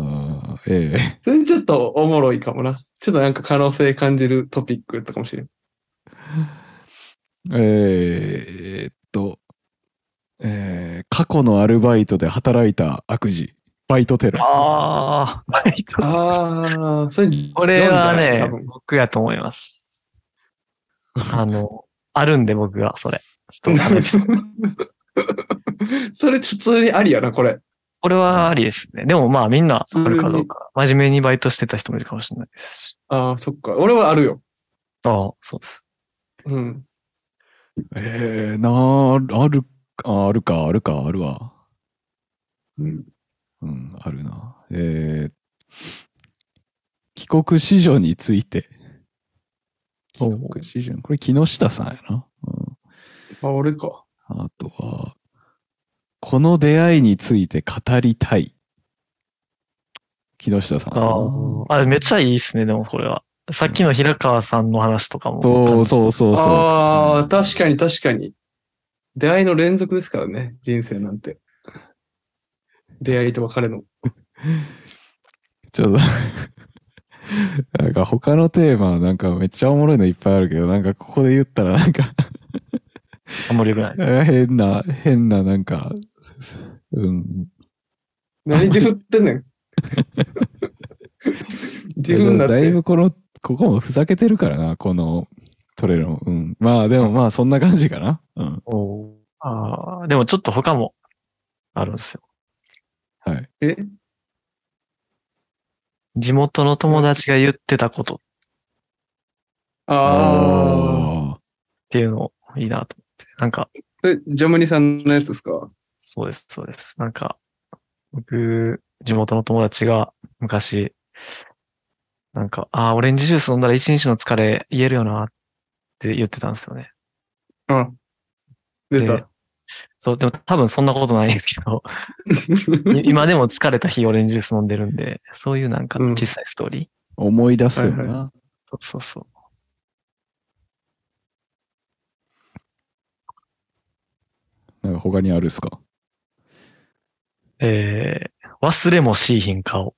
S4: ーええ
S2: それちょっとおもろいかもな。ちょっとなんか可能性感じるトピックやったかもしれん。
S4: えーえーっと、えー過去のアルバイトで働いた悪事、バイトテロ。
S3: あ あ、
S2: ああ、それ、
S3: これはね
S2: 多分、
S3: 僕やと思います。あの、あるんで僕が、それ。ストーカーのエピソー ド
S2: それ普通にありやな、これ。
S3: これはありですね。でもまあみんなあるかどうか。真面目にバイトしてた人もいるかもしれないですし。
S2: ああ、そっか。俺はあるよ。
S3: ああ、そうです。
S2: うん。
S4: えー、なあ、ある、ああるか、あるか、あるわ。
S2: うん
S4: うん、あるな。えー帰国子女について。帰
S3: おう
S4: 国子女、これ木下さんやな。う
S2: あ、俺か。
S4: ん、あとは、この出会いについて語りたい。木下さんやな。
S3: ああ、あめっちゃいいですね、でもこれは。さっきの平川さんの話とかも。
S4: そうそうそうそ
S2: ああ、確かに確かに。出会いの連続ですからね、人生なんて。出会いと別れの。
S4: う。ちょっとなんか他のテーマなんかめっちゃおもろいのいっぱいあるけどなんかここで言ったらなんか
S3: あんまり良くない。
S4: 変な、変な、なんか、うん。
S2: 何自負ってん ねん。自負になっ
S4: だ
S2: て
S4: い。ぶこの、ここもふざけてるからな、このトレロ。うん。まあでもまあそんな感じかな。うん。
S3: おああ、でもちょっと他もあるんですよ。
S4: はい。
S2: え
S3: 地元の友達が言ってたことっ
S2: ああ。
S4: あ
S3: ていうのいいなと思って。なんか、
S2: え、ジャムニさんのやつですか
S3: そうです、そうです。なんか、僕、地元の友達が昔、なんか、ああ、オレンジジュース飲んだら一日の疲れ癒えるよなって言ってたんですよね。
S2: あ、出
S3: で
S2: た。
S3: そう、でも多分そんなことないんですけ ど、い今でも疲れた日オレンジジュース飲んでるんで、そういうなんか
S2: うん
S3: 小さいストーリー。
S4: ー思い出すよ
S2: はい
S4: な。
S3: そうそうそう。
S4: なんか他にあるっすか
S3: えー、忘れもしいひん顔。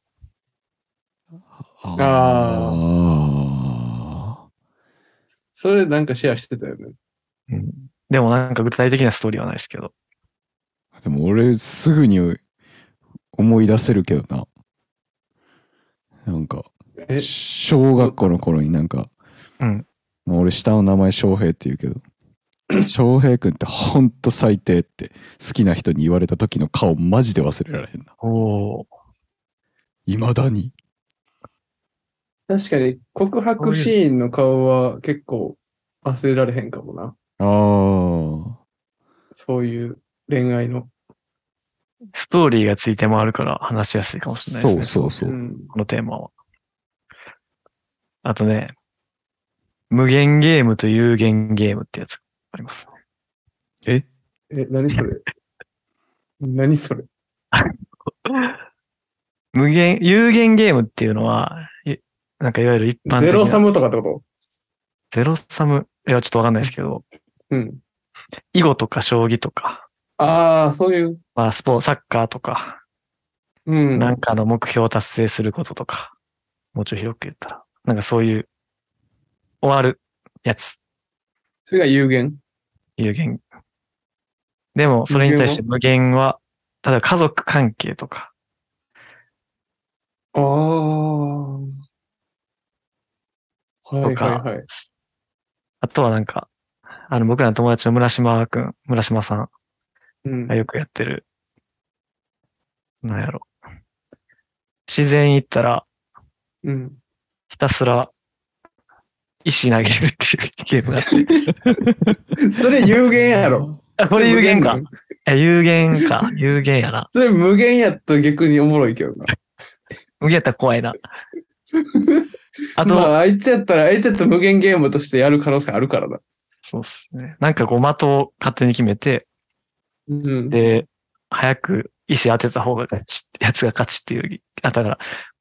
S4: ああ
S2: あ。 それなんかシェアしてたよね。
S3: うん。でもなんか具体的なストーリーはないですけど。
S4: でも俺すぐに思い出せるけどな。なんか、
S2: え、
S4: 小学校の頃になんか、
S3: うん
S4: まあ俺下の名前翔平って言うけど、翔平くんってほんと最低って好きな人に言われた時の顔マジで忘れられへんな。
S3: おお。
S4: いまだに。
S2: 確かに告白シーンの顔は結構忘れられへんかもな。
S4: ああ。
S2: そういう恋愛の。
S3: ストーリーがついてもあるから話しやすいかもしれないです
S4: そ
S3: ね。
S4: うそう
S3: す
S4: そうう。
S2: ん
S3: ごく。このテーマは。あとね、無限ゲームと有限ゲームってやつあります。
S4: え
S2: え、何それ 何それ
S3: 無限、有限ゲームっていうのは、いなんかいわゆる一般的な。
S2: ゼロサムとかってこと
S3: ゼロサム。いや、ちょっとわかんないですけど、
S2: うん。
S3: 囲碁とか将棋とか、
S2: ああ、そういう。
S3: まあ、スポーツ、サッカーとか、
S2: うん。
S3: なんかの目標を達成することとか、もうちょい広く言ったら、なんかそういう、終わるやつ、
S2: それが有限
S3: 有限。でも、それに対して無限は、ただ家族関係とか、
S2: ああ。はいはいはい。
S3: あとはなんか、あの、僕らの友達の村島くん、村島さん
S2: うん
S3: が。よくやってる、なんやろ。自然行ったら、
S2: うん。
S3: ひたすら、石投げるっていうゲームがあ って。
S2: それ有限や ろ。
S3: あ、これ有限か。。え、有限か。有限やな。
S2: それ無限やったら逆におもろいけどな。
S3: 無限やったら 怖いな。あと、
S2: まあ、あいつやったら、あいつやったら無限ゲームとしてやる可能性あるからな。
S3: そうっすね。なんかこう的を勝手に決めて、
S2: うん。
S3: で、早く石当てた方が勝ち、やつが勝ちっていう、あ、だから、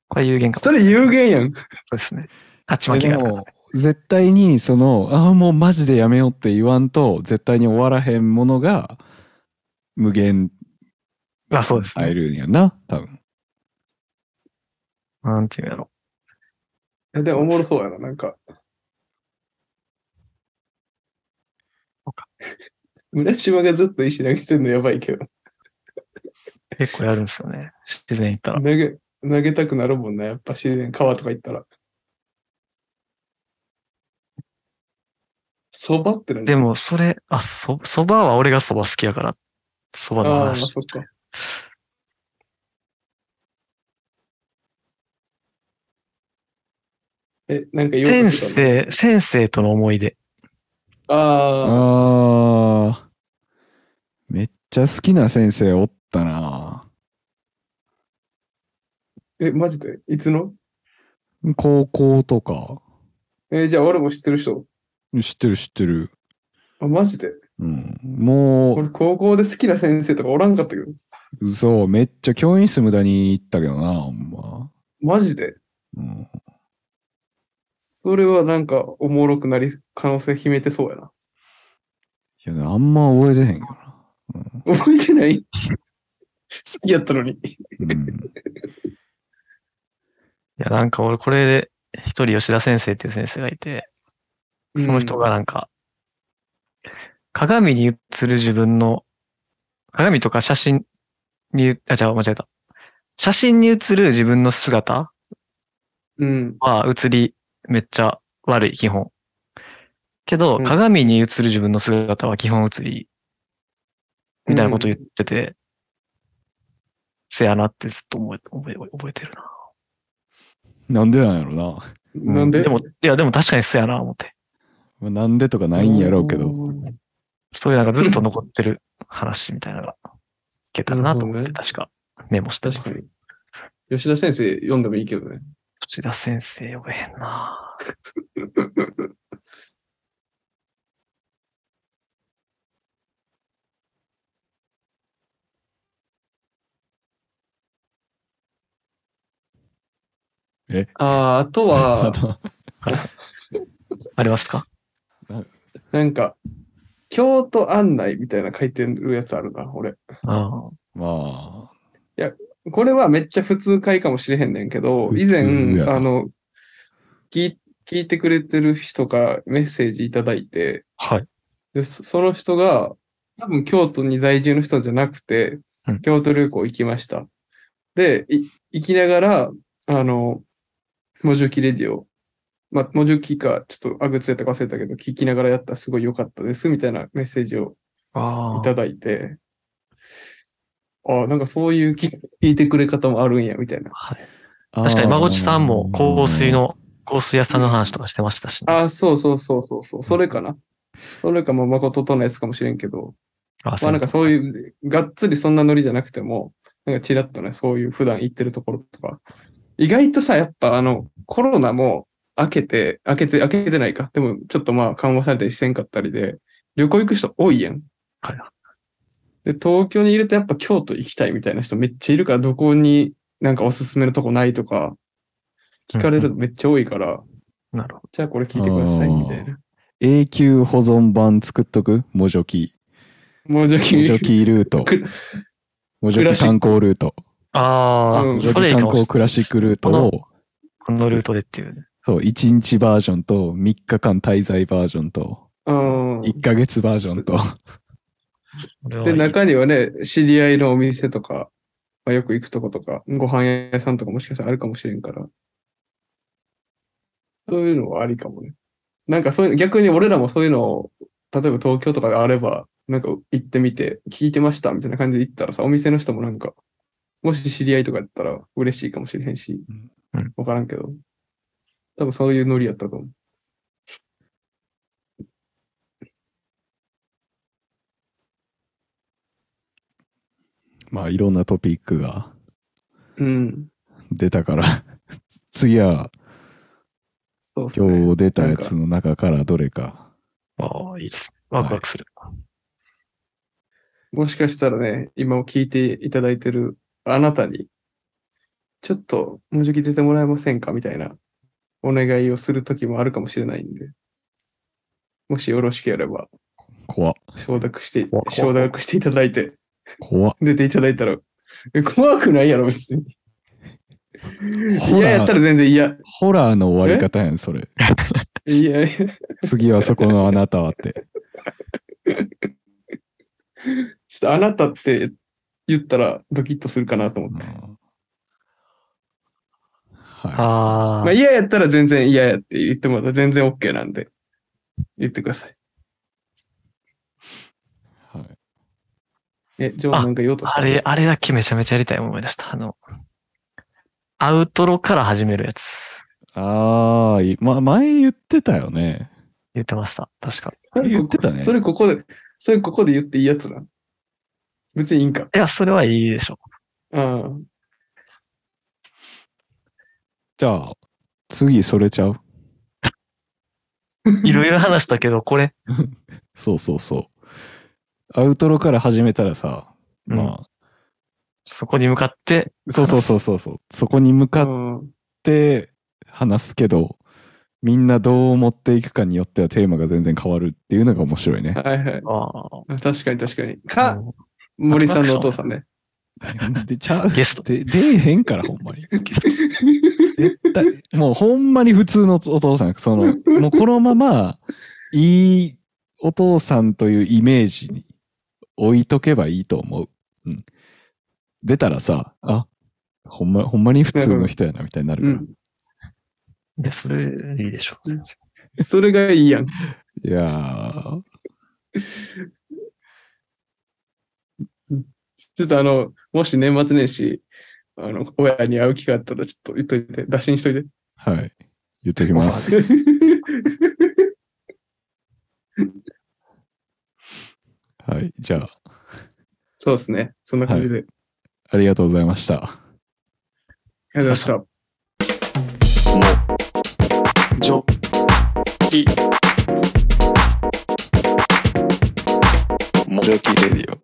S3: これ有限か。
S2: それ有限やん。
S3: そうですね。勝ち負
S4: え
S3: け
S4: で
S3: があるから。
S4: も絶対にそのああもうマジでやめようって言わんと絶対に終わらへんものが無限
S3: あ、そうですね。
S4: 入るんやな多分
S3: なんていうんやろ。
S2: えでもおもろそうやな、なんか
S3: そ うか。
S2: 村島がずっと石投げてんのやばいけど。
S3: 結構やるんですよね。自然行った
S2: 投
S3: ら。
S2: げ、投げたくなるもんな、やっぱ自然、川とか行ったら。そばってなん
S3: でも、それ、あ、そ、蕎麦は俺が蕎麦好きやから、蕎麦の
S2: ああー、まあ
S3: 話
S2: そ。っか。え、なんか言おうと
S3: 先
S2: してたの
S3: 生、先生との思い出。
S2: ああ、
S4: あーめっちゃ好きな先生おったな
S2: え、マジでいつの
S4: 高校とか
S2: えーじゃあ俺も知ってる人。
S4: 知ってる知ってる、
S2: あ、マジで
S4: うん、も
S2: 俺高校で好きな先生とかおらんかったけど。
S4: うそうめっちゃ教員室無駄に行ったけどなほんま、
S2: マジで
S4: うん、
S2: それはなんかおもろくなり、可能性秘めてそうやな。
S4: いやあんま覚えてへんよな
S2: 覚えてない好きやったのに。
S4: うん、
S3: いや、なんか俺これで、一人吉田先生っていう先生がいて、その人がなんか、鏡に映る自分の、鏡とか写真に、あ、違う、間違えた。写真に映る自分の姿
S2: うん。うん。
S3: は映りめっちゃ悪い、基本。けど、
S2: うん
S3: 鏡に映る自分の姿は基本映り、みたいなこと言ってて、せやなってずっと覚え覚え覚えてるな。
S4: なんでなんやろな。
S3: うん
S2: なんで
S3: でも、いや、でも確かにそうやな、思って。
S4: まあなんでとかないんやろうけど。
S3: そういうなんかずっと残ってる話みたいなのが聞けたらなと思っ
S2: なるほ
S3: て、
S2: どね
S3: 確かメモしてます
S2: 確かに。吉田先生読んでもいいけどね。
S3: 土田先生呼べへんな
S2: ああー、あと
S4: あ
S2: は、
S4: と、
S3: ありますか
S2: なんか、京都案内みたいな書いてるやつあるな、俺。
S3: あ
S4: まあ、
S2: これはめっちゃ普通回かもしれへんねんけど、以前
S4: 普通や、な
S2: あの、聞い聞いてくれてる人からメッセージいただいて、
S3: はい。
S2: でそその人が、多分京都に在住の人じゃなくて
S3: うん、
S2: 京都旅行行きました。で、い行きながら、あの、モジュキレディオ、まあ、モジュキか、ちょっとアグツやったか忘れたけど、聞きながらやったらすごい良かったです、みたいなメッセージを
S3: あ
S2: いただいて、ああ、なんかそういうき聞いてくれ方もあるんや、みたいな。
S3: はい、確かに、孫地さんも香水の、香水屋さんの話とかしてましたし、ね、
S2: ああ、そうそうそうそうそう、それかな。それか、まあ、誠とのやつかもしれんけど、
S3: あ
S2: まあ、なんかそう
S3: う。
S2: いう、がっつりそんなノリじゃなくても、なんかチラッとね、そういう普段行ってるところとか。意外とさ、やっぱあの、コロナも明けて、明けて、明けてないか。でも、ちょっとまあ、緩和されたりしてんかったりで、旅行行く人多いやん。
S3: はい
S2: で、東京にいるとやっぱ京都行きたいみたいな人めっちゃいるから、どこになんかおすすめのとこないとか、聞かれるのめっちゃ多いから、
S3: なるほど。
S2: じゃあこれ聞いてくださいみたいな。
S4: 永久保存版作っとくモジョキ。
S2: もうじゃあ
S4: モ
S2: 君
S4: ジョ キルート。
S2: く
S4: モジョキ観光ルート。
S3: ああ、
S2: うん
S4: モジョ
S3: それい
S4: キ
S3: いかも
S4: 観
S3: しれな
S4: 光
S3: い。
S4: クラシックルートを、
S3: このルートでっていう、ね。
S4: そう、1日バージョンと、3日間滞在バージョンと、
S2: うん。
S4: 1ヶ月バージョンと、
S3: これはい
S2: で、
S3: い
S2: 中にはね、知り合いのお店とか、まあ、よく行くとことか、ご飯屋さんとかもしかしたらあるかもしれんから。そういうのはありかもね。なんかそういう、逆に俺らもそういうのを、例えば東京とかがあれば、なんか行ってみて、聞いてましたみたいな感じで行ったらさ、お店の人もなんか、もし知り合いとかやったら嬉しいかもしれへんし
S3: うん、
S2: わからんけど。多分そういうノリやったと思う。
S4: まあ、いろんなトピックが
S2: うん。
S4: 出たから、次は
S2: そうっすね。
S4: 今日出たやつの中からどれか。
S3: ああ、いいですね。ワクワクする。
S2: もしかしたらね、今を聞いていただいてるあなたに、ちょっと、もじき出てもらえませんかみたいなお願いをするときもあるかもしれないんで、もしよろしければ、
S4: 怖っ
S2: 承諾して
S3: 怖、怖
S2: 承諾していただいて、
S4: 怖っ
S2: 出ていただいたら、え怖くないやろ、別に。
S4: ほら
S2: 嫌やったら全然嫌。
S4: ホラーの終わり方やん、それ。
S2: いやいや、
S4: 次はそこのあなた はって。
S2: ちょっとあなたって言ったらドキッとするかなと
S4: う
S2: 思っ
S4: ん
S2: て。
S4: は
S3: あ
S2: まあ
S3: あ、
S2: 嫌やったら全然嫌やって言ってもらったら全然 OK なんで、言ってください。
S4: い。はい
S2: え、ジョーなんか言おうとした
S3: あれ、あれだけめちゃめちゃやりたい思い出した。あの、アウトロから始めるやつ。
S4: ああ、いま、前言ってたよね。
S3: 言ってました。確か。
S2: それ
S4: 言ってたね
S2: それここで、それここで言っていいやつな。別にいいんか。
S3: いや、それはいいでしょ
S2: うん。
S4: じゃあ、次それちゃう
S3: う。いろいろ話したけど、これ。
S4: そうそうそう。アウトロから始めたらさ、
S3: うん
S4: ま
S3: そこに向かって、
S4: あ、そうそうそうそうそう。そこに向かっ
S2: うん
S4: て話すけど、みんなどう持っていくかによってはテーマが全然変わるっていうのが面白い ね。
S2: はいはい。
S3: ああ
S2: 確かに確かに。
S3: う
S2: か、
S3: ん
S2: 森さんのお父さんね。
S4: で、ちゃう
S3: ゲスト
S4: で、出えへんから、ほんまに。絶対、もうほんまに普通のお父さん。その、もうこのまま、いいお父さんというイメージに置いとけばいいと思う。うん。出たらさ、あ、ほんま、ほんまに普通の人やな、みたいになる
S2: う
S4: か
S2: ん。
S4: ら
S3: いや、それいいでしょう。全然
S2: それがいいやん。
S4: いや
S2: ちょっとあの、もし年末年始、あの、親に会う機会あったらちょっと言っといて、打診しといて。
S4: はい。言っときます。はい。じゃあ、
S2: そうですね。そんな感じで。
S4: ありがとうございました。
S2: ありがとうございました。
S1: ジョ
S5: キ。モジョキレディオ。